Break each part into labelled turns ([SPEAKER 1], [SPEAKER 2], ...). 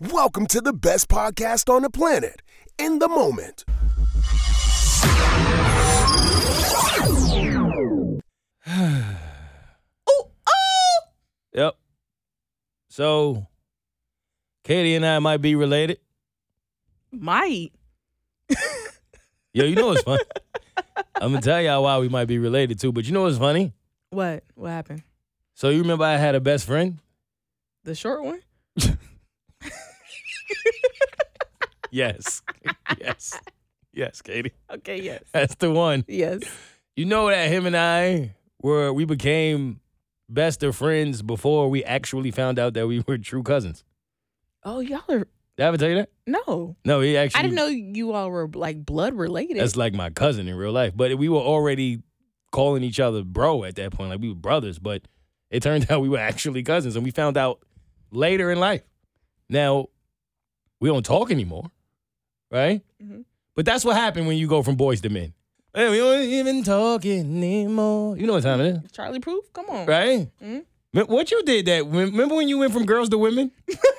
[SPEAKER 1] Welcome to the best podcast on the planet, In the Moment.
[SPEAKER 2] Yep. So, Katie and I might be related.
[SPEAKER 3] Might.
[SPEAKER 2] Yo, you know what's funny? I'm gonna tell y'all why we might be related too. But you know what's funny?
[SPEAKER 3] What? What happened?
[SPEAKER 2] So you remember I had a best friend?
[SPEAKER 3] The short one?
[SPEAKER 2] Yes. yes. Yes, Katie.
[SPEAKER 3] Okay, yes.
[SPEAKER 2] That's the one.
[SPEAKER 3] Yes.
[SPEAKER 2] You know that him and I were we became best of friends before we actually found out that we were true cousins.
[SPEAKER 3] Oh, y'all are
[SPEAKER 2] Did I ever tell you that?
[SPEAKER 3] no.
[SPEAKER 2] No, he actually
[SPEAKER 3] I didn't know you all were like blood related.
[SPEAKER 2] That's like my cousin in real life. But we were already calling each other bro at that point. Like we were brothers, but it turned out we were actually cousins and we found out later in life. Now, we don't talk anymore, right?
[SPEAKER 3] Mhm.
[SPEAKER 2] But that's what happened when you go from boys to men. Hey, we don't even talk anymore. You know what time it is,
[SPEAKER 3] Charlie Proof? Come on.
[SPEAKER 2] right?
[SPEAKER 3] Mhm.
[SPEAKER 2] Me- What you did that? Remember when you went from girls to women?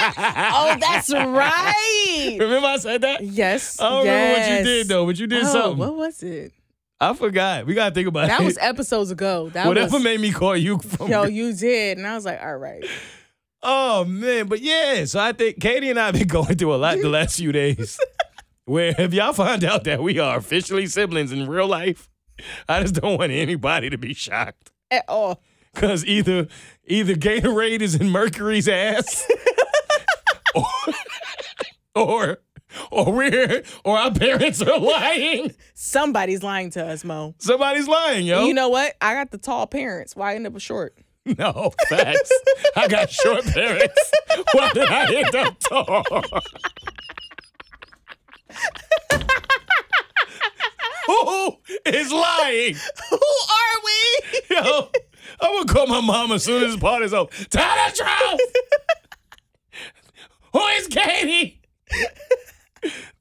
[SPEAKER 3] Oh, that's right.
[SPEAKER 2] Remember I said that?
[SPEAKER 3] yes.
[SPEAKER 2] I don't remember what you
[SPEAKER 3] yes.
[SPEAKER 2] did though, but you did
[SPEAKER 3] oh,
[SPEAKER 2] something.
[SPEAKER 3] What was it?
[SPEAKER 2] I forgot. We gotta think about
[SPEAKER 3] That
[SPEAKER 2] it.
[SPEAKER 3] was episodes ago. That
[SPEAKER 2] Whatever
[SPEAKER 3] was
[SPEAKER 2] made me call you from.
[SPEAKER 3] yo, you did. And I was like, all right.
[SPEAKER 2] Oh man, but yeah. So I think Katie and I have been going through a lot the last few days. Where if y'all find out that we are officially siblings in real life, I just don't want anybody to be shocked.
[SPEAKER 3] At all.
[SPEAKER 2] Cause either either Gatorade is in Mercury's ass, or or we're or our parents are lying.
[SPEAKER 3] Somebody's lying to us, Mo.
[SPEAKER 2] Somebody's lying, yo.
[SPEAKER 3] You know what? I got the tall parents. Why I end up with short?
[SPEAKER 2] No, facts. I got short parents. Why did I end up tall? Who is lying?
[SPEAKER 3] Who are we?
[SPEAKER 2] Yo, I'm gonna call my mom as soon as this party's over. Tell the truth. Who is Katie?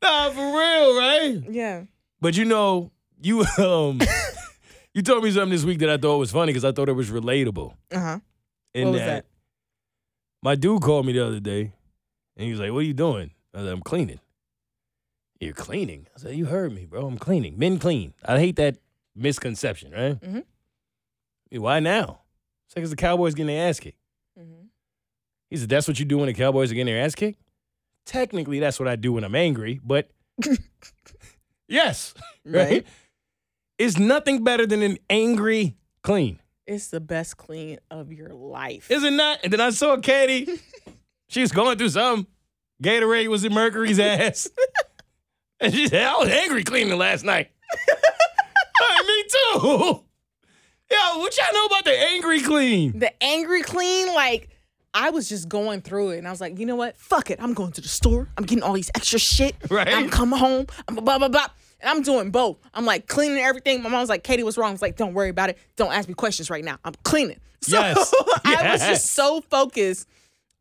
[SPEAKER 2] nah, for real, right?
[SPEAKER 3] Yeah.
[SPEAKER 2] But you know, you um, you told me something this week that I thought was funny because I thought it was relatable.
[SPEAKER 3] Uh huh.
[SPEAKER 2] in
[SPEAKER 3] What was that?
[SPEAKER 2] My dude called me the other day and he was like, What are you doing? I said, I'm cleaning. You're cleaning? I said, You heard me, bro. I'm cleaning. Men clean. I hate that misconception, right?
[SPEAKER 3] Mhm.
[SPEAKER 2] Yeah, Why now? It's like, 'cause the Cowboys getting their ass kicked.
[SPEAKER 3] Mm-hmm.
[SPEAKER 2] He said, That's what you do when the Cowboys are getting their ass kicked? Technically, that's what I do when I'm angry, but yes, right?
[SPEAKER 3] Right.
[SPEAKER 2] It's nothing better than an angry clean.
[SPEAKER 3] It's the best clean of your life.
[SPEAKER 2] Is it not? And then I saw Katie. she was going through something. Gatorade was in Mercury's ass. and she said, I was angry cleaning last night. I mean, me too. Yo, what y'all know about the angry clean?
[SPEAKER 3] the angry clean, like I was just going through it and I was like, you know what? Fuck it. I'm going to the store. I'm getting all these extra shit.
[SPEAKER 2] Right.
[SPEAKER 3] I'm coming home. I'm blah blah blah. And I'm doing both. I'm like cleaning everything. My mom was like, Katie, what's wrong? I was like, don't worry about it. Don't ask me questions right now. I'm cleaning. So
[SPEAKER 2] Yes.
[SPEAKER 3] I was
[SPEAKER 2] Yes.
[SPEAKER 3] just so focused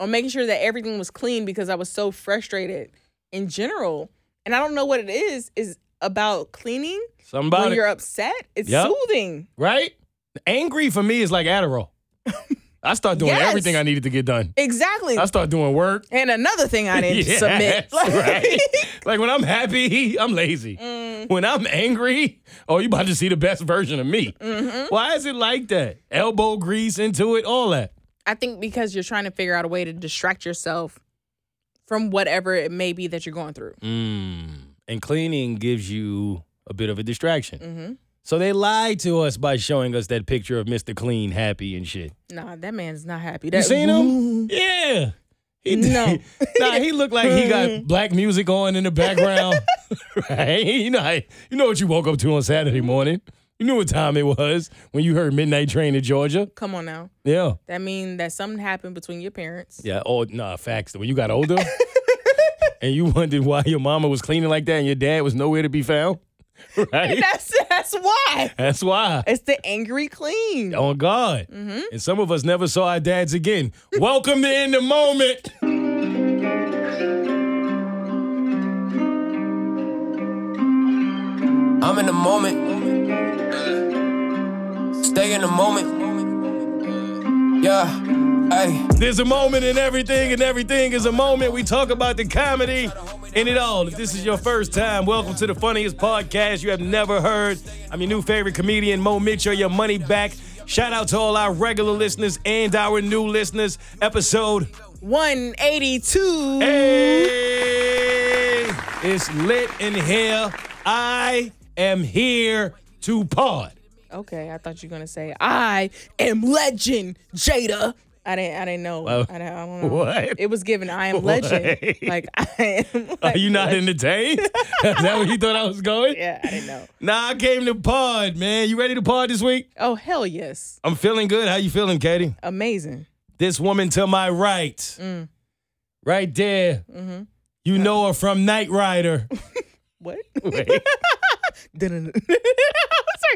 [SPEAKER 3] on making sure that everything was clean because I was so frustrated in general. And I don't know what it is, is about cleaning. when
[SPEAKER 2] Somebody,
[SPEAKER 3] you're upset, it's
[SPEAKER 2] Yep.
[SPEAKER 3] soothing.
[SPEAKER 2] right? Angry for me is like Adderall. I start doing
[SPEAKER 3] Yes.
[SPEAKER 2] everything I needed to get done.
[SPEAKER 3] Exactly.
[SPEAKER 2] I start doing work.
[SPEAKER 3] and another thing I didn't
[SPEAKER 2] Yes,
[SPEAKER 3] submit. Like,
[SPEAKER 2] right. like when I'm happy, I'm lazy.
[SPEAKER 3] Mm.
[SPEAKER 2] When I'm angry, oh, you about to see the best version of me.
[SPEAKER 3] Mm-hmm.
[SPEAKER 2] Why is it like that? Elbow grease into it, all that.
[SPEAKER 3] I think because you're trying to figure out a way to distract yourself from whatever it may be that you're going through.
[SPEAKER 2] Mm. And cleaning gives you a bit of a distraction.
[SPEAKER 3] Mm-hmm.
[SPEAKER 2] So they lied to us by showing us that picture of Mr. Clean, happy and shit.
[SPEAKER 3] Nah, that man's not happy. That,
[SPEAKER 2] You seen him? Yeah. He did.
[SPEAKER 3] No.
[SPEAKER 2] nah, he looked like he got black music on in the background. right? You know, how- you know what you woke up to on Saturday morning. You knew what time it was when you heard midnight train in Georgia.
[SPEAKER 3] Come on now.
[SPEAKER 2] Yeah.
[SPEAKER 3] That means that something happened between your parents.
[SPEAKER 2] Yeah. Oh, nah, facts. When you got older and you wondered why your mama was cleaning like that and your dad was nowhere to be found. Right?
[SPEAKER 3] That's that's why.
[SPEAKER 2] That's why.
[SPEAKER 3] It's the angry clean.
[SPEAKER 2] On God. And some of us never saw our dads again. Welcome to In the Moment.
[SPEAKER 4] I'm in the moment. Stay in the moment. Yeah. Hey,
[SPEAKER 2] There's a moment in everything, and everything is a moment. We talk about the comedy in it all. If this is your first time, welcome to the funniest podcast you have never heard. I'm your new favorite comedian, Mo Mitchell, your money back. Shout out to all our regular listeners and our new listeners. Episode
[SPEAKER 3] 182.
[SPEAKER 2] Eh. Hey! It's lit in here. I am here to pod.
[SPEAKER 3] Okay, I thought you were gonna say I am legend, Jada. I didn't. I didn't know.
[SPEAKER 2] Well,
[SPEAKER 3] I, don't, I don't know.
[SPEAKER 2] what?
[SPEAKER 3] It was given. I am legend.
[SPEAKER 2] What?
[SPEAKER 3] Like I am. Like,
[SPEAKER 2] Are you not
[SPEAKER 3] legend.
[SPEAKER 2] entertained? is that where you thought I was going?
[SPEAKER 3] Yeah, I didn't know.
[SPEAKER 2] Nah, I came to pod, man. You ready to pod this week?
[SPEAKER 3] Oh hell yes,
[SPEAKER 2] I'm feeling good. How you feeling, Katie?
[SPEAKER 3] amazing.
[SPEAKER 2] This woman to my right,
[SPEAKER 3] Mm.
[SPEAKER 2] right there.
[SPEAKER 3] Mm-hmm.
[SPEAKER 2] You know her from Knight Rider.
[SPEAKER 3] What?
[SPEAKER 2] Wait,
[SPEAKER 3] Dun-dun-dun. Sorry, do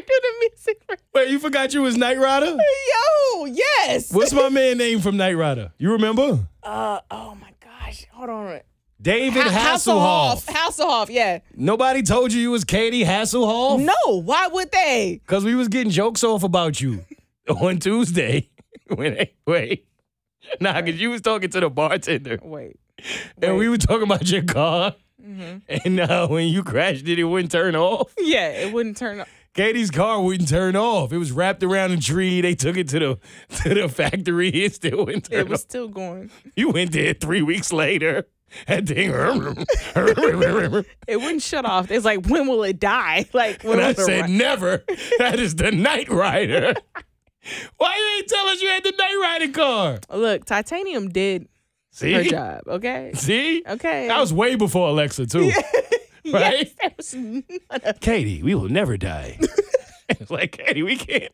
[SPEAKER 3] the music. for-
[SPEAKER 2] wait, you forgot you was Knight Rider?
[SPEAKER 3] Yo, yes.
[SPEAKER 2] What's my man name from Knight Rider? You remember?
[SPEAKER 3] Uh, oh my gosh. Hold on.
[SPEAKER 2] David
[SPEAKER 3] Ha-
[SPEAKER 2] Hasselhoff.
[SPEAKER 3] Hasselhoff. Yeah.
[SPEAKER 2] Nobody told you you was Katie Hasselhoff
[SPEAKER 3] No. Why would they?
[SPEAKER 2] because we was getting jokes off about you on Tuesday. wait, wait. Nah, because you was talking to the bartender.
[SPEAKER 3] Wait.
[SPEAKER 2] and we
[SPEAKER 3] Wait.
[SPEAKER 2] were talking about your car, and uh, when you crashed it, it wouldn't turn off.
[SPEAKER 3] Yeah, it wouldn't turn.
[SPEAKER 2] Katie's car wouldn't turn off. It was wrapped around a tree. They took it to the to the factory. It still wouldn't turn
[SPEAKER 3] It was
[SPEAKER 2] off.
[SPEAKER 3] still going.
[SPEAKER 2] You went there three weeks later. That thing. and
[SPEAKER 3] It wouldn't shut off. It's like when will it die? Like when
[SPEAKER 2] I
[SPEAKER 3] will the
[SPEAKER 2] said,
[SPEAKER 3] ri-
[SPEAKER 2] never. That is the Night Rider. Why you ain't tell us you had the Night Rider car?
[SPEAKER 3] Look, titanium did her
[SPEAKER 2] See,
[SPEAKER 3] job. Okay.
[SPEAKER 2] see,
[SPEAKER 3] Okay.
[SPEAKER 2] that was way before Alexa too. right?
[SPEAKER 3] Yes, that was none of-
[SPEAKER 2] Katie, we will never die. It's like, Katie, we can't.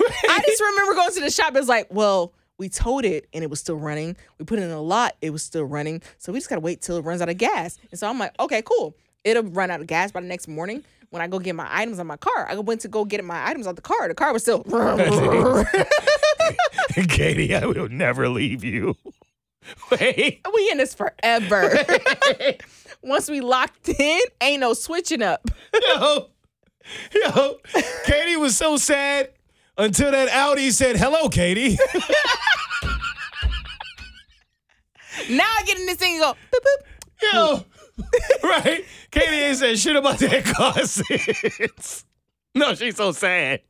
[SPEAKER 3] I just remember going to the shop. It's like, well, we towed it and it was still running. We put it in a lot. It was still running. So we just gotta wait till it runs out of gas. And so I'm like, okay, cool. It'll run out of gas by the next morning. When I go get my items on my car, I went to go get my items out the car. The car was still.
[SPEAKER 2] Katie, I will never leave you. Wait.
[SPEAKER 3] we in this forever. Once we locked in, ain't no switching up.
[SPEAKER 2] Yo. Yo. Katie was so sad until that Audi said, hello, Katie.
[SPEAKER 3] Now I get in this thing and go, boop, boop.
[SPEAKER 2] Yo. right? Katie ain't said shit about that car since. No, she's so sad.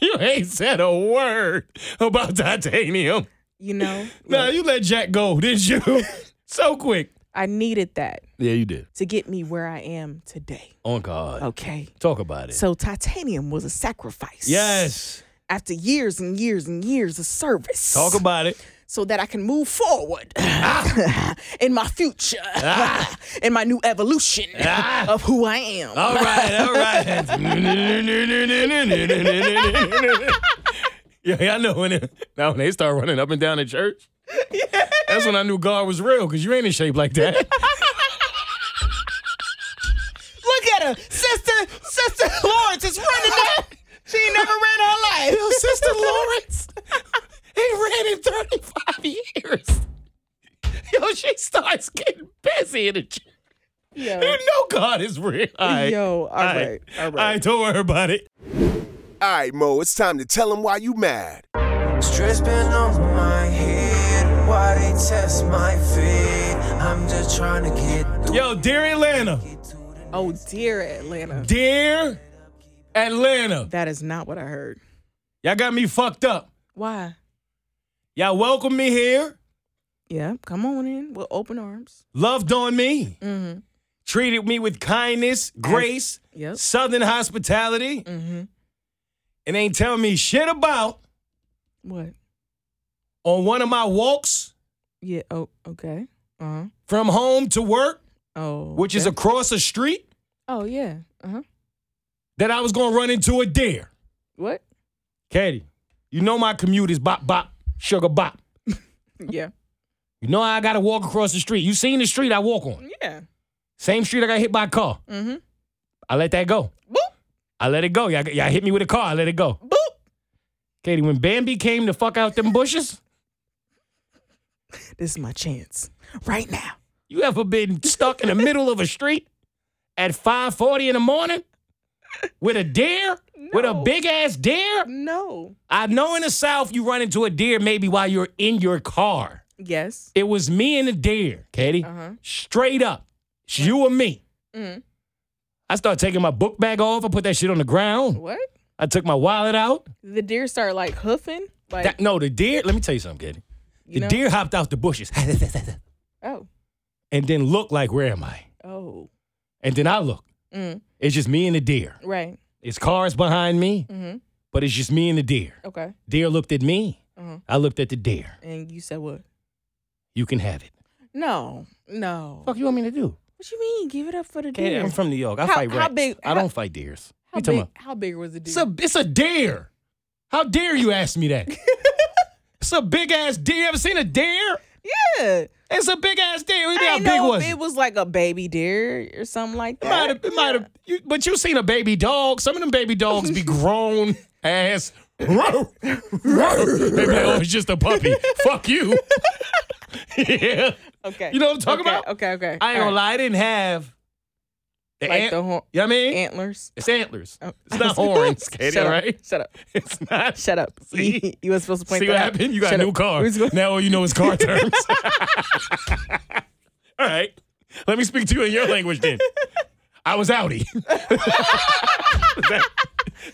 [SPEAKER 2] You ain't said a word about titanium.
[SPEAKER 3] You know,
[SPEAKER 2] Nah, you let Jack go, did you? so quick.
[SPEAKER 3] I needed that
[SPEAKER 2] Yeah, you did.
[SPEAKER 3] to get me where I am today.
[SPEAKER 2] On God.
[SPEAKER 3] Okay.
[SPEAKER 2] Talk about it.
[SPEAKER 3] So titanium was a sacrifice.
[SPEAKER 2] yes.
[SPEAKER 3] After years and years and years of service.
[SPEAKER 2] Talk about it.
[SPEAKER 3] so that I can move forward
[SPEAKER 2] Ah.
[SPEAKER 3] in my future. in my new evolution of who I am.
[SPEAKER 2] Ah. All right, all right. yeah, I know when it, now when they start running up and down the church. That's when I knew God was real, cause you ain't in shape like that.
[SPEAKER 3] Look at her. Sister, Sister Lawrence is running that. She ain't never ran her life.
[SPEAKER 2] Yo, Sister Lawrence, ain't ran in 35 years. Yo, she starts getting busy in the church. You
[SPEAKER 3] Yo,
[SPEAKER 2] know God is real. All right.
[SPEAKER 3] Yo, all right, all
[SPEAKER 2] All
[SPEAKER 3] right.
[SPEAKER 2] right, don't worry about it.
[SPEAKER 1] All right, Mo, it's time to tell them why you mad.
[SPEAKER 4] stress been on my head. Why they test my feet? I'm just trying to get through.
[SPEAKER 2] Yo, dear Atlanta,
[SPEAKER 3] oh dear Atlanta.
[SPEAKER 2] dear Atlanta,
[SPEAKER 3] That is not what I heard.
[SPEAKER 2] y'all got me fucked up.
[SPEAKER 3] Why?
[SPEAKER 2] Y'all welcomed me here,
[SPEAKER 3] Yeah, come on in with open arms.
[SPEAKER 2] loved on me,
[SPEAKER 3] Mm-hmm.
[SPEAKER 2] treated me with kindness, grace,
[SPEAKER 3] Yep.
[SPEAKER 2] southern hospitality,
[SPEAKER 3] Mm-hmm.
[SPEAKER 2] and ain't tell me shit about
[SPEAKER 3] What?
[SPEAKER 2] on one of my walks
[SPEAKER 3] Yeah. Oh. Okay. Uh huh.
[SPEAKER 2] from home to work,
[SPEAKER 3] Oh.
[SPEAKER 2] which is
[SPEAKER 3] okay.
[SPEAKER 2] across a street,
[SPEAKER 3] Oh yeah. Uh huh.
[SPEAKER 2] that I was gonna run into a deer.
[SPEAKER 3] What?
[SPEAKER 2] Katie, you know my commute is bop bop, sugar bop.
[SPEAKER 3] Yeah.
[SPEAKER 2] You know I gotta walk across the street. You seen the street I walk on.
[SPEAKER 3] Yeah.
[SPEAKER 2] Same street I got hit by a car.
[SPEAKER 3] Mm-hmm.
[SPEAKER 2] I let that go.
[SPEAKER 3] Boop.
[SPEAKER 2] I let it go. Y'all, y'all hit me with a car. I let it go.
[SPEAKER 3] Boop.
[SPEAKER 2] Katie, when Bambi came to fuck out them bushes,
[SPEAKER 3] This is my chance right now.
[SPEAKER 2] you ever been stuck in the middle of a street at 5.40 in the morning? With a deer? With a
[SPEAKER 3] No.
[SPEAKER 2] big ass deer?
[SPEAKER 3] No.
[SPEAKER 2] I know in the South you run into a deer maybe while you're in your car.
[SPEAKER 3] Yes.
[SPEAKER 2] It was me and a deer, Katie.
[SPEAKER 3] Uh-huh.
[SPEAKER 2] Straight up. It's you and me. Mm.
[SPEAKER 3] Mhm.
[SPEAKER 2] I start taking my book bag off. I put that shit on the ground.
[SPEAKER 3] What?
[SPEAKER 2] I took my wallet out.
[SPEAKER 3] The deer start like hoofing. Like
[SPEAKER 2] That- no, the deer, let me tell you something, Katie. The
[SPEAKER 3] you know?
[SPEAKER 2] deer hopped out the bushes
[SPEAKER 3] Oh.
[SPEAKER 2] and then looked like, where am I?
[SPEAKER 3] Oh.
[SPEAKER 2] And then I looked.
[SPEAKER 3] Mm.
[SPEAKER 2] It's just me and the deer.
[SPEAKER 3] Right.
[SPEAKER 2] It's cars behind me,
[SPEAKER 3] Mm-hmm.
[SPEAKER 2] but it's just me and the deer.
[SPEAKER 3] Okay.
[SPEAKER 2] Deer looked at me.
[SPEAKER 3] Uh-huh.
[SPEAKER 2] I looked at the deer.
[SPEAKER 3] And you said what?
[SPEAKER 2] You can have it.
[SPEAKER 3] No. No.
[SPEAKER 2] Fuck you want me to do?
[SPEAKER 3] What you mean? Give it up for the
[SPEAKER 2] Katie,
[SPEAKER 3] deer.
[SPEAKER 2] I'm from New York. I
[SPEAKER 3] How-
[SPEAKER 2] fight
[SPEAKER 3] how
[SPEAKER 2] rats.
[SPEAKER 3] big-
[SPEAKER 2] I don't fight deers. What
[SPEAKER 3] how,
[SPEAKER 2] you talking
[SPEAKER 3] big,
[SPEAKER 2] about?
[SPEAKER 3] how big was the deer?
[SPEAKER 2] It's a it's a deer. How dare you ask me that? it's a big ass deer. Ever seen a deer?
[SPEAKER 3] yeah.
[SPEAKER 2] It's a big ass deer. What do you
[SPEAKER 3] I
[SPEAKER 2] mean,
[SPEAKER 3] didn't
[SPEAKER 2] how big
[SPEAKER 3] know
[SPEAKER 2] was
[SPEAKER 3] if
[SPEAKER 2] it?
[SPEAKER 3] it was like a baby deer or something like
[SPEAKER 2] It
[SPEAKER 3] that.
[SPEAKER 2] might have, it might have, you, but you seen a baby dog. Some of them baby dogs be grown ass. they be like, oh, it's just a puppy. Fuck you. yeah.
[SPEAKER 3] Okay.
[SPEAKER 2] You know what I'm talking
[SPEAKER 3] okay,
[SPEAKER 2] about?
[SPEAKER 3] Okay. Okay.
[SPEAKER 2] I ain't gonna
[SPEAKER 3] All right.
[SPEAKER 2] lie, I didn't have the
[SPEAKER 3] Like
[SPEAKER 2] ant-
[SPEAKER 3] the horn-
[SPEAKER 2] You know what I mean?
[SPEAKER 3] antlers.
[SPEAKER 2] It's antlers.
[SPEAKER 3] Oh.
[SPEAKER 2] It's not horns, Katie,
[SPEAKER 3] Shut
[SPEAKER 2] all
[SPEAKER 3] up.
[SPEAKER 2] right?
[SPEAKER 3] Shut up.
[SPEAKER 2] It's not.
[SPEAKER 3] Shut up.
[SPEAKER 2] See?
[SPEAKER 3] you was supposed to point
[SPEAKER 2] See
[SPEAKER 3] that
[SPEAKER 2] what
[SPEAKER 3] out.
[SPEAKER 2] happened? You got
[SPEAKER 3] Shut
[SPEAKER 2] a new
[SPEAKER 3] up.
[SPEAKER 2] car.
[SPEAKER 3] We was gonna-
[SPEAKER 2] Now all you know is car terms. all right. Let me speak to you in your language then. I was outie. does that,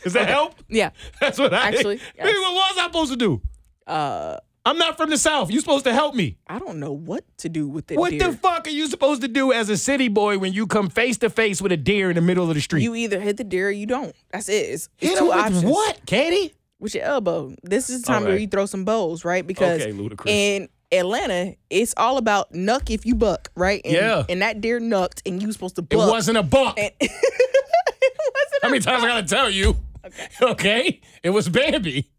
[SPEAKER 2] does that help?
[SPEAKER 3] yeah.
[SPEAKER 2] That's what I
[SPEAKER 3] Actually, yes.
[SPEAKER 2] Maybe what was I supposed to do?
[SPEAKER 3] Uh,
[SPEAKER 2] I'm not from the South. you supposed to help me.
[SPEAKER 3] I don't know what to do with the
[SPEAKER 2] What
[SPEAKER 3] deer.
[SPEAKER 2] the fuck are you supposed to do as a city boy when you come face to face with a deer in the middle of the street?
[SPEAKER 3] You either hit the deer or you don't. That's it. It's, it's
[SPEAKER 2] Hit
[SPEAKER 3] two
[SPEAKER 2] him with
[SPEAKER 3] options.
[SPEAKER 2] what, Katie?
[SPEAKER 3] With your elbow. This is the time where
[SPEAKER 2] right.
[SPEAKER 3] you throw some bowls, right? Because
[SPEAKER 2] Okay, ludicrous.
[SPEAKER 3] in Atlanta, it's all about nuck if you buck, right? And,
[SPEAKER 2] Yeah.
[SPEAKER 3] And that deer nucked, and you supposed to
[SPEAKER 2] It
[SPEAKER 3] buck.
[SPEAKER 2] wasn't a buck.
[SPEAKER 3] it wasn't.
[SPEAKER 2] How many times I gotta tell you? Okay. It was Bambi.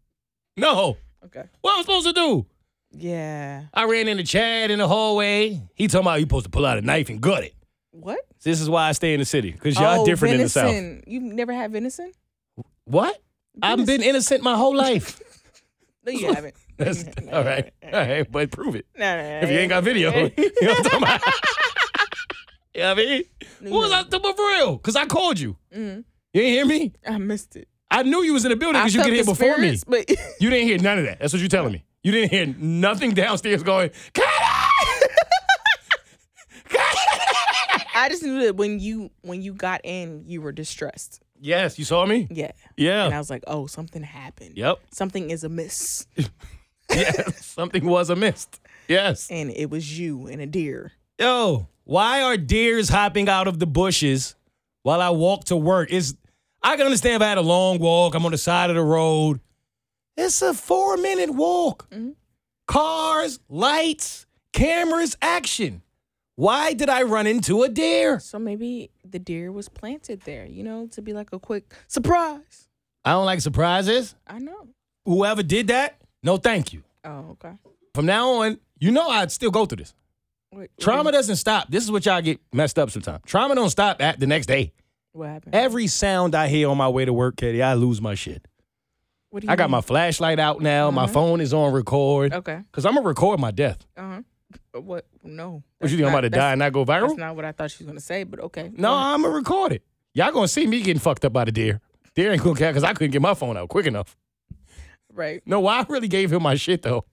[SPEAKER 2] No.
[SPEAKER 3] Okay.
[SPEAKER 2] What am I supposed to do?
[SPEAKER 3] Yeah.
[SPEAKER 2] I ran into Chad in the hallway. He talking about you supposed to pull out a knife and gut it.
[SPEAKER 3] What?
[SPEAKER 2] This is why I stay in the city. Because y'all
[SPEAKER 3] oh,
[SPEAKER 2] different
[SPEAKER 3] venison.
[SPEAKER 2] in the South.
[SPEAKER 3] You never had venison?
[SPEAKER 2] What? I've been innocent my whole life.
[SPEAKER 3] No, you haven't.
[SPEAKER 2] That's, all right. All right. But prove it.
[SPEAKER 3] No, no, no.
[SPEAKER 2] If you ain't got video, you know what I'm talking about? you know what I mean? What was I talking about for real? Because I called you. You didn't hear me?
[SPEAKER 3] I missed it.
[SPEAKER 2] I knew you was in the building because you
[SPEAKER 3] Mm-hmm. I
[SPEAKER 2] could hear
[SPEAKER 3] felt the
[SPEAKER 2] before me.
[SPEAKER 3] spirits, But
[SPEAKER 2] You didn't hear none of that. That's what you're telling me. You didn't hear nothing downstairs going, Katie!
[SPEAKER 3] I just knew that when you when you got in, you were distressed.
[SPEAKER 2] Yes, you saw me?
[SPEAKER 3] Yeah. And I
[SPEAKER 2] Yeah.
[SPEAKER 3] was like, oh, something happened.
[SPEAKER 2] Yep.
[SPEAKER 3] Something is amiss.
[SPEAKER 2] Yes. Something was amiss. Yes.
[SPEAKER 3] And it was you and a deer.
[SPEAKER 2] Yo, why are deers hopping out of the bushes while I walk to work? Is I can understand if I had a long walk, I'm on the side of the road. It's a four minute walk. Cars, lights, cameras, action. Why did I run into a deer?
[SPEAKER 3] So maybe the deer was planted there, you know, to be like a quick surprise.
[SPEAKER 2] I don't like surprises.
[SPEAKER 3] I know.
[SPEAKER 2] Whoever did that, no thank you.
[SPEAKER 3] Oh, okay.
[SPEAKER 2] From now on, you know I'd still go through this.
[SPEAKER 3] Wait,
[SPEAKER 2] Trauma doesn't stop. This is what y'all get messed up sometimes. Trauma don't stop at the next day.
[SPEAKER 3] What happened?
[SPEAKER 2] Every sound I hear on my way to work, Katie, I lose my shit.
[SPEAKER 3] What do you
[SPEAKER 2] I got
[SPEAKER 3] mean?
[SPEAKER 2] my flashlight out now. My phone is on record.
[SPEAKER 3] Mm-hmm. Okay.
[SPEAKER 2] Because I'm going to record my death.
[SPEAKER 3] Uh huh. What? No.
[SPEAKER 2] What
[SPEAKER 3] That's
[SPEAKER 2] you think? I'm
[SPEAKER 3] not-
[SPEAKER 2] about to
[SPEAKER 3] that's-
[SPEAKER 2] die and not go
[SPEAKER 3] That's
[SPEAKER 2] viral?
[SPEAKER 3] not what I thought she was gonna say, but okay.
[SPEAKER 2] no, I'm going to record it. Y'all going to see me getting fucked up by the deer. Deer ain't going to care because I couldn't get my phone out quick enough.
[SPEAKER 3] Right.
[SPEAKER 2] No, I really gave him my shit, though.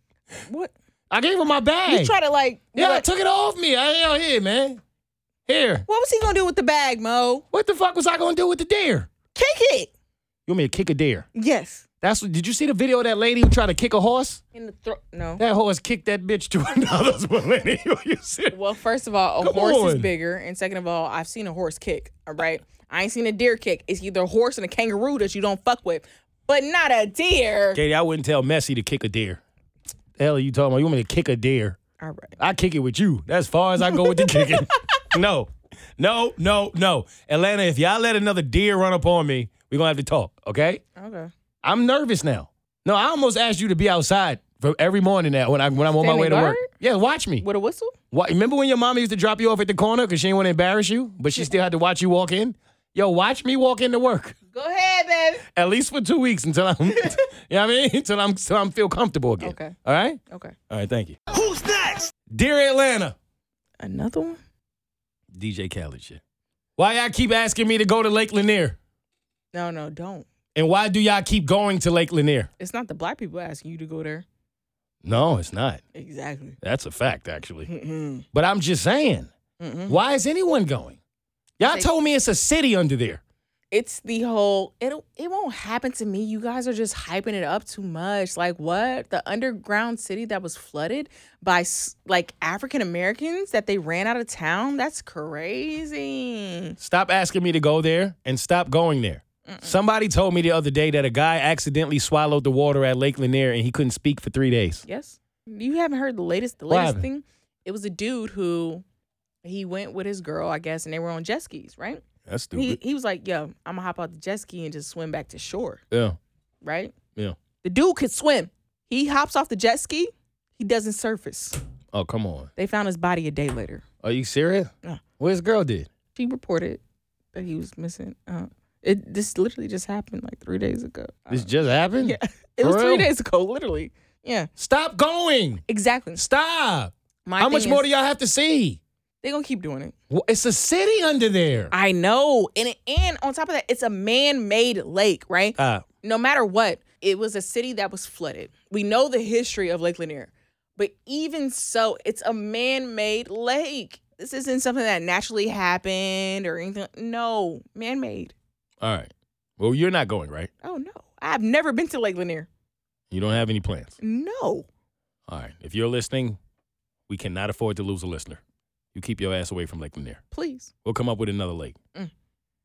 [SPEAKER 3] What?
[SPEAKER 2] I gave him my bag.
[SPEAKER 3] You try to like.
[SPEAKER 2] yeah, I
[SPEAKER 3] What,
[SPEAKER 2] took it off me. I hell here, man. Here.
[SPEAKER 3] what was he gonna do with the bag, Mo?
[SPEAKER 2] What the fuck was I going to do with the deer?
[SPEAKER 3] Kick it.
[SPEAKER 2] You want me to kick a deer?
[SPEAKER 3] Yes.
[SPEAKER 2] That's what, did you see the video of that lady who tried to kick a horse?
[SPEAKER 3] In the throat. No.
[SPEAKER 2] That horse kicked that bitch to another millennial. You see?
[SPEAKER 3] Well, first of all, a
[SPEAKER 2] Come
[SPEAKER 3] horse is
[SPEAKER 2] on.
[SPEAKER 3] bigger, and second of all, I've seen a horse kick. All right, I ain't seen a deer kick. It's either a horse and a kangaroo that you don't fuck with, but not a deer.
[SPEAKER 2] Katie, I wouldn't tell Messi to kick a deer. The hell are you talking about? You want me to kick a deer?
[SPEAKER 3] All right,
[SPEAKER 2] I kick it with you. That's far as I go with the kicking. No, no, no, no. Atlanta, if y'all let another deer run up on me, we're going to have to talk, okay?
[SPEAKER 3] okay.
[SPEAKER 2] I'm nervous now. No, I almost asked you to be outside for every morning now when, I, when I'm on my
[SPEAKER 3] Standing
[SPEAKER 2] way to work.
[SPEAKER 3] guard?
[SPEAKER 2] Yeah, watch me.
[SPEAKER 3] With a whistle?
[SPEAKER 2] Why, remember when your mama used to drop you off at the corner because she didn't want to embarrass you, but she still had to watch you walk in? Yo, watch me walk into work
[SPEAKER 3] Go ahead, baby.
[SPEAKER 2] at least for two weeks until I'm, you know what I mean? Until I'm, until I'm feel comfortable again.
[SPEAKER 3] Okay.
[SPEAKER 2] All right?
[SPEAKER 3] Okay.
[SPEAKER 2] All right, thank you. Who's next? Dear Atlanta,
[SPEAKER 3] Another one.
[SPEAKER 2] DJ Khaled shit. Why y'all keep asking me to go to Lake Lanier?
[SPEAKER 3] No, no, don't.
[SPEAKER 2] And why do y'all keep going to Lake Lanier?
[SPEAKER 3] It's not the black people asking you to go there.
[SPEAKER 2] No, it's not.
[SPEAKER 3] Exactly.
[SPEAKER 2] That's a fact, actually.
[SPEAKER 3] Mm-mm.
[SPEAKER 2] But I'm just saying,
[SPEAKER 3] Mm-mm.
[SPEAKER 2] why is anyone going? Y'all
[SPEAKER 3] They-
[SPEAKER 2] told me it's a city under there.
[SPEAKER 3] It's the whole. It'll. It won't happen to me. You guys are just hyping it up too much. Like what? The underground city that was flooded by s- like African Americans that they ran out of town. That's crazy.
[SPEAKER 2] Stop asking me to go there and stop going there. Somebody told me the other day that a guy accidentally swallowed the water at Lake Lanier and he couldn't speak for three days.
[SPEAKER 3] Yes. You haven't heard the latest. The
[SPEAKER 2] What
[SPEAKER 3] latest
[SPEAKER 2] happened?
[SPEAKER 3] thing. It was a dude who he went with his girl, I guess, and they were on jet skis, right?
[SPEAKER 2] That's
[SPEAKER 3] He he was like, "Yo, I'm gonna hop out the jet ski and just swim back to shore."
[SPEAKER 2] yeah.
[SPEAKER 3] right?
[SPEAKER 2] Yeah.
[SPEAKER 3] The dude could swim. He hops off the jet ski. He doesn't surface.
[SPEAKER 2] Oh, come on.
[SPEAKER 3] They found his body a day later.
[SPEAKER 2] Are you serious?
[SPEAKER 3] Yeah.
[SPEAKER 2] What his girl did?
[SPEAKER 3] She reported that he was missing. Uh, it this literally just happened like three days ago.
[SPEAKER 2] This just happened?
[SPEAKER 3] Uh, yeah, it was
[SPEAKER 2] for
[SPEAKER 3] three
[SPEAKER 2] real?
[SPEAKER 3] days ago, literally. Yeah,
[SPEAKER 2] Stop going.
[SPEAKER 3] exactly.
[SPEAKER 2] Stop.
[SPEAKER 3] My
[SPEAKER 2] How much more do y'all have to see?
[SPEAKER 3] They gonna keep doing it.
[SPEAKER 2] Wha- It's a city under there.
[SPEAKER 3] I know, and it- and on top of that, it's a man-made lake, right?
[SPEAKER 2] Uh,
[SPEAKER 3] no matter what, it was a city that was flooded. We know the history of Lake Lanier, but even so, it's a man made lake. This isn't something that naturally happened or anything. No, man made.
[SPEAKER 2] all right. Well, you're not going, right?
[SPEAKER 3] Oh, no. I've never been to Lake Lanier.
[SPEAKER 2] You don't have any plans.
[SPEAKER 3] No.
[SPEAKER 2] All right. If you're listening, we cannot afford to lose a listener. You keep your ass away from Lake Lanier.
[SPEAKER 3] Please.
[SPEAKER 2] We'll come up with another lake.
[SPEAKER 3] Mm.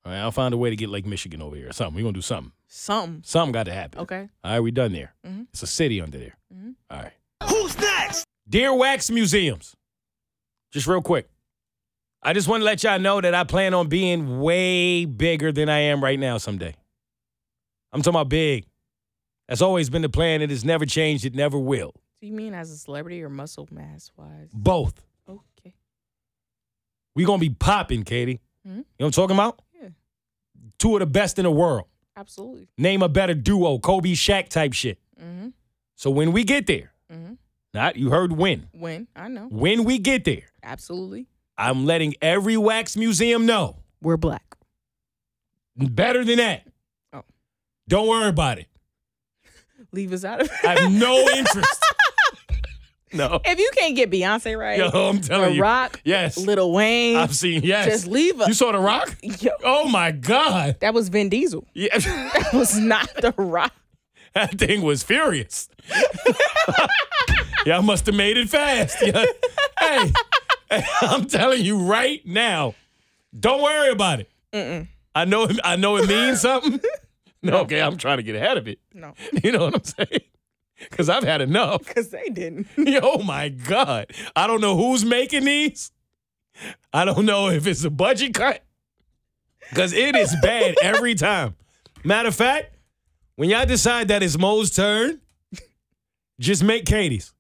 [SPEAKER 2] All right, I'll find a way to get Lake Michigan over here or something. We're going to do something.
[SPEAKER 3] Something.
[SPEAKER 2] Something got to happen.
[SPEAKER 3] Okay.
[SPEAKER 2] All right, we done there.
[SPEAKER 3] Mhm.
[SPEAKER 2] It's a city under there.
[SPEAKER 3] Mhm.
[SPEAKER 2] All right. Who's next? Dear Wax Museums. Just real quick. I just want to let y'all know that I plan on being way bigger than I am right now someday. I'm talking about big. That's always been the plan. It has never changed. It never will.
[SPEAKER 3] Do you mean as a celebrity or muscle mass wise?
[SPEAKER 2] Both.
[SPEAKER 3] Okay.
[SPEAKER 2] we going to be popping, Katie.
[SPEAKER 3] Mhm.
[SPEAKER 2] You know what I'm talking about?
[SPEAKER 3] Yeah.
[SPEAKER 2] Two of the best in the world.
[SPEAKER 3] Absolutely.
[SPEAKER 2] Name a better duo, Kobe Shaq type shit.
[SPEAKER 3] Mm-hmm.
[SPEAKER 2] So when we get there,
[SPEAKER 3] Mm-hmm.
[SPEAKER 2] not you heard when.
[SPEAKER 3] When? I know.
[SPEAKER 2] When we get there,
[SPEAKER 3] Absolutely.
[SPEAKER 2] I'm letting every wax museum know.
[SPEAKER 3] We're black.
[SPEAKER 2] Better than that.
[SPEAKER 3] Oh.
[SPEAKER 2] Don't worry about it.
[SPEAKER 3] Leave us out of
[SPEAKER 2] I have no interest. no.
[SPEAKER 3] If you can't get Beyonce right,
[SPEAKER 2] Yo, I'm telling
[SPEAKER 3] The
[SPEAKER 2] you.
[SPEAKER 3] Rock,
[SPEAKER 2] Yes.
[SPEAKER 3] Little Wayne,
[SPEAKER 2] I've seen yes.
[SPEAKER 3] just leave
[SPEAKER 2] you
[SPEAKER 3] us.
[SPEAKER 2] saw The Rock?
[SPEAKER 3] Yo,
[SPEAKER 2] Oh my God.
[SPEAKER 3] that was Vin Diesel.
[SPEAKER 2] Yeah.
[SPEAKER 3] That was not The Rock.
[SPEAKER 2] that thing was furious. Y'all must have made it fast. Yeah. hey, hey, I'm telling you right now, don't worry about it. I know. I know it means something. No, okay, I'm trying to get ahead of it.
[SPEAKER 3] No,
[SPEAKER 2] You know what I'm saying? Because I've had enough.
[SPEAKER 3] because they didn't.
[SPEAKER 2] oh my God, I don't know who's making these. I don't know if it's a budget cut. Because it is bad every time. Matter of fact, when y'all decide that it's Mo's turn, just make Katie's.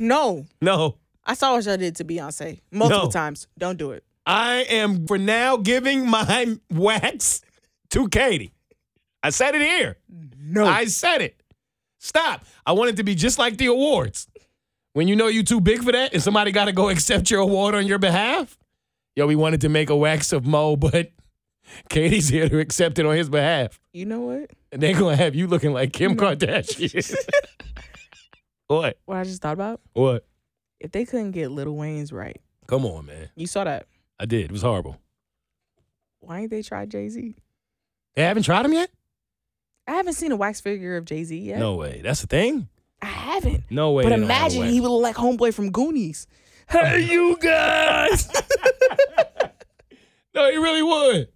[SPEAKER 3] No,
[SPEAKER 2] No,
[SPEAKER 3] I saw what y'all did to Beyonce multiple
[SPEAKER 2] No.
[SPEAKER 3] times. Don't do it.
[SPEAKER 2] I am for now giving my wax to Katie. I said it here.
[SPEAKER 3] No,
[SPEAKER 2] I said it. Stop. I want it to be just like the awards. When you know you too big for that and somebody got to go accept your award on your behalf. Yo, we wanted to make a wax of Mo, but Katie's here to accept it on his behalf.
[SPEAKER 3] you know what?
[SPEAKER 2] And they're going to have you looking like Kim Kardashian. what?
[SPEAKER 3] What I just thought about?
[SPEAKER 2] What?
[SPEAKER 3] If they couldn't get Little Wayne's right,
[SPEAKER 2] Come on, man.
[SPEAKER 3] you saw that.
[SPEAKER 2] I did. It was horrible.
[SPEAKER 3] Why ain't they tried Jay Z?
[SPEAKER 2] They haven't tried him yet?
[SPEAKER 3] I haven't seen a wax figure of Jay Z yet.
[SPEAKER 2] No way. That's the thing?
[SPEAKER 3] I haven't.
[SPEAKER 2] No way.
[SPEAKER 3] but
[SPEAKER 2] they don't have a
[SPEAKER 3] imagine
[SPEAKER 2] wax.
[SPEAKER 3] he would look like Homeboy from Goonies. Hey, you guys.
[SPEAKER 2] No, he really would.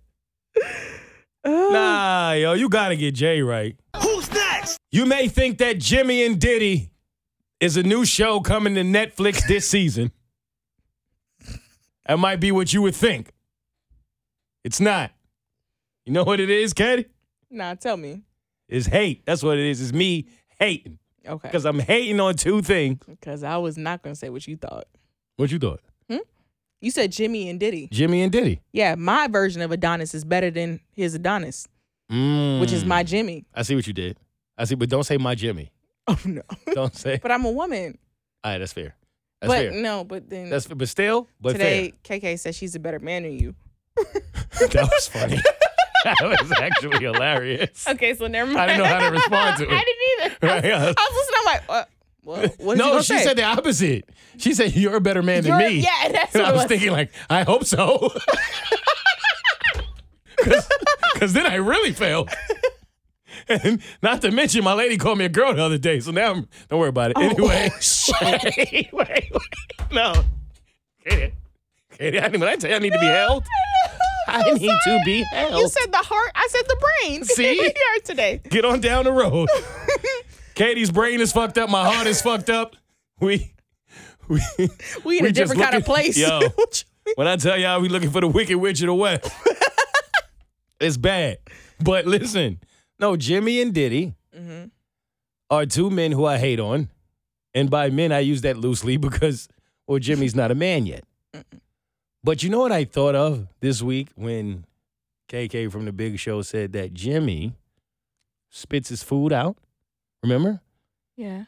[SPEAKER 3] nah.
[SPEAKER 2] Nah, yo, you gotta get Jay right. Who's next? You may think that Jimmy and Diddy is a new show coming to Netflix this season. That might be what you would think. It's not. You know what it is, Katie?
[SPEAKER 3] nah, tell me.
[SPEAKER 2] It's hate. That's what it is. It's me hating.
[SPEAKER 3] Okay.
[SPEAKER 2] Because I'm hating on two things.
[SPEAKER 3] Because I was not going to say what you thought.
[SPEAKER 2] What you thought?
[SPEAKER 3] You said Jimmy and Diddy.
[SPEAKER 2] Jimmy and Diddy.
[SPEAKER 3] Yeah, my version of Adonis is better than his Adonis,
[SPEAKER 2] Mm.
[SPEAKER 3] which is my Jimmy.
[SPEAKER 2] I see what you did. I see, but don't say my Jimmy.
[SPEAKER 3] Oh, no.
[SPEAKER 2] Don't say.
[SPEAKER 3] but I'm a woman.
[SPEAKER 2] All right, that's fair. That's
[SPEAKER 3] but
[SPEAKER 2] fair.
[SPEAKER 3] no, but then
[SPEAKER 2] That's but still, but fair.
[SPEAKER 3] today, KK said she's a better man than you.
[SPEAKER 2] That was funny. that was actually hilarious.
[SPEAKER 3] Okay, so never mind.
[SPEAKER 2] I didn't know how to respond to it.
[SPEAKER 3] I didn't either.
[SPEAKER 2] Right,
[SPEAKER 3] I,
[SPEAKER 2] yeah.
[SPEAKER 3] was, I was listening. I'm like, uh, what? what is he
[SPEAKER 2] no,
[SPEAKER 3] gonna
[SPEAKER 2] she
[SPEAKER 3] say?
[SPEAKER 2] said the opposite. She said you're a better man
[SPEAKER 3] You're-
[SPEAKER 2] than me.
[SPEAKER 3] Yeah, that's
[SPEAKER 2] and
[SPEAKER 3] what
[SPEAKER 2] I
[SPEAKER 3] it
[SPEAKER 2] was
[SPEAKER 3] was.
[SPEAKER 2] thinking like, I hope so, because then I really failed. And not to mention, my lady called me a girl the other day, so now I'm, don't worry about it.
[SPEAKER 3] Oh,
[SPEAKER 2] anyway, wait, wait, wait. no, Katie, Katie, I, when I tell you I need to be held, I need to be held.
[SPEAKER 3] You said the heart. I said the brain.
[SPEAKER 2] See?
[SPEAKER 3] Here we are today.
[SPEAKER 2] Get on down the road. Katie's brain is fucked up. My heart is fucked up. We, we,
[SPEAKER 3] We in
[SPEAKER 2] We
[SPEAKER 3] a
[SPEAKER 2] just
[SPEAKER 3] different kind of
[SPEAKER 2] looking-
[SPEAKER 3] place.
[SPEAKER 2] Yo.
[SPEAKER 3] What you-
[SPEAKER 2] When I tell y'all we looking for the Wicked Witch of the West, it's bad. But listen, no, Jimmy and Diddy
[SPEAKER 3] Mm-hmm.
[SPEAKER 2] are two men who I hate on. And by men, I use that loosely because, well, Jimmy's not a man yet. But you know what I thought of this week when KK from The Big Show said that Jimmy spits his food out, remember?
[SPEAKER 3] yeah.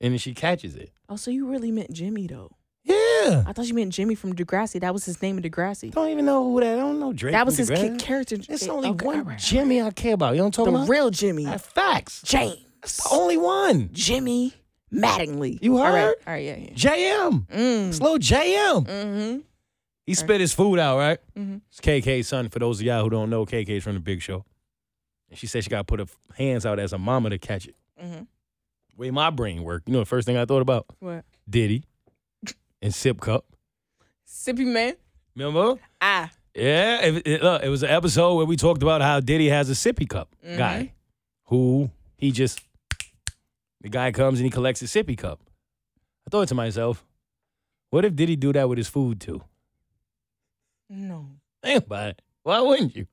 [SPEAKER 2] And then she catches it.
[SPEAKER 3] Oh, so you really meant Jimmy though?
[SPEAKER 2] Yeah.
[SPEAKER 3] I thought you meant Jimmy from Degrassi. That was his name in Degrassi.
[SPEAKER 2] Don't even know who that. I don't know Drake.
[SPEAKER 3] That
[SPEAKER 2] from
[SPEAKER 3] was his
[SPEAKER 2] DeGrasse.
[SPEAKER 3] ki- character.
[SPEAKER 2] It's
[SPEAKER 3] it-
[SPEAKER 2] only
[SPEAKER 3] okay,
[SPEAKER 2] one
[SPEAKER 3] all right.
[SPEAKER 2] Jimmy I care about. You know what I'm
[SPEAKER 3] The
[SPEAKER 2] talking about?
[SPEAKER 3] real Jimmy,
[SPEAKER 2] That's facts.
[SPEAKER 3] James,
[SPEAKER 2] It's the only one.
[SPEAKER 3] Jimmy Mattingly.
[SPEAKER 2] You
[SPEAKER 3] All right.
[SPEAKER 2] heard?
[SPEAKER 3] All right. Yeah. yeah. Mm.
[SPEAKER 2] JM.
[SPEAKER 3] Hmm.
[SPEAKER 2] It's little JM.
[SPEAKER 3] Mm-hmm.
[SPEAKER 2] He spit his food out, right?
[SPEAKER 3] Mhm.
[SPEAKER 2] It's KK's son. For those of y'all who don't know, KK's from the Big Show. And she said she got to put her f- hands out as a mama to catch it.
[SPEAKER 3] Mhm.
[SPEAKER 2] Way my brain worked. You know the first thing I thought about?
[SPEAKER 3] What?
[SPEAKER 2] Diddy and Sip Cup.
[SPEAKER 3] Sippy man.
[SPEAKER 2] Remember?
[SPEAKER 3] Ah.
[SPEAKER 2] Yeah, it, it- look, it was an episode where we talked about how Diddy has a sippy cup guy who he just, the guy comes and he collects a sippy cup. I thought to myself, what if Diddy do that with his food too?
[SPEAKER 3] No.
[SPEAKER 2] Think about it. Why wouldn't you?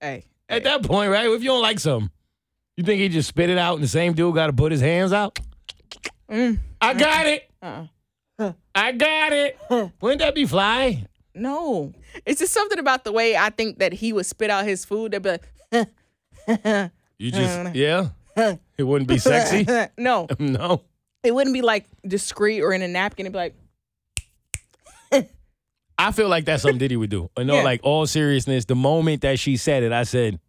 [SPEAKER 3] Hey.
[SPEAKER 2] At that point, right? If you don't like something, you think he just spit it out and the same dude got to put his hands out?
[SPEAKER 3] Mm.
[SPEAKER 2] I got it.
[SPEAKER 3] Uh-uh.
[SPEAKER 2] I got it. Wouldn't that be fly?
[SPEAKER 3] No. It's just something about the way I think that he would spit out his food. That'd be like,
[SPEAKER 2] You just, yeah. It wouldn't be sexy.
[SPEAKER 3] no.
[SPEAKER 2] no.
[SPEAKER 3] It wouldn't be like discreet or in a napkin. It'd be like,
[SPEAKER 2] I feel like that's something Diddy would do. No,
[SPEAKER 3] Yeah.
[SPEAKER 2] like all seriousness, the moment that she said it, I said,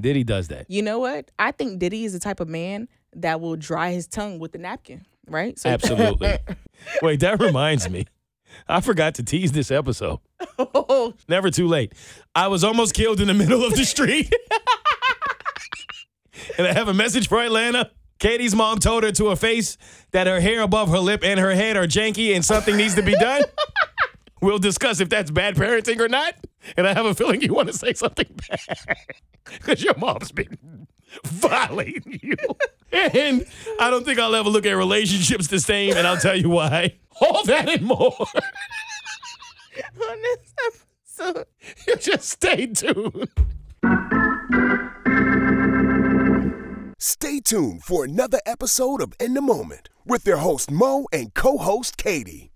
[SPEAKER 2] Diddy does that.
[SPEAKER 3] you know what? I think Diddy is the type of man that will dry his tongue with the napkin, right? So,
[SPEAKER 2] Absolutely. Wait, that reminds me. I forgot to tease this episode.
[SPEAKER 3] Oh,
[SPEAKER 2] Never too late. I was almost killed in the middle of the street. and I have a message for Atlanta. Katie's mom told her to her face that her hair above her lip and her head are janky and something needs to be done. We'll discuss if that's bad parenting or not. And I have a feeling you want to say something bad because your mom's been violating you. And I don't think I'll ever look at relationships the same, and I'll tell you why. All that and more.
[SPEAKER 3] on this episode,
[SPEAKER 2] You just stay tuned.
[SPEAKER 1] Stay tuned for another episode of In the Moment with their host Mo and co-host Katie.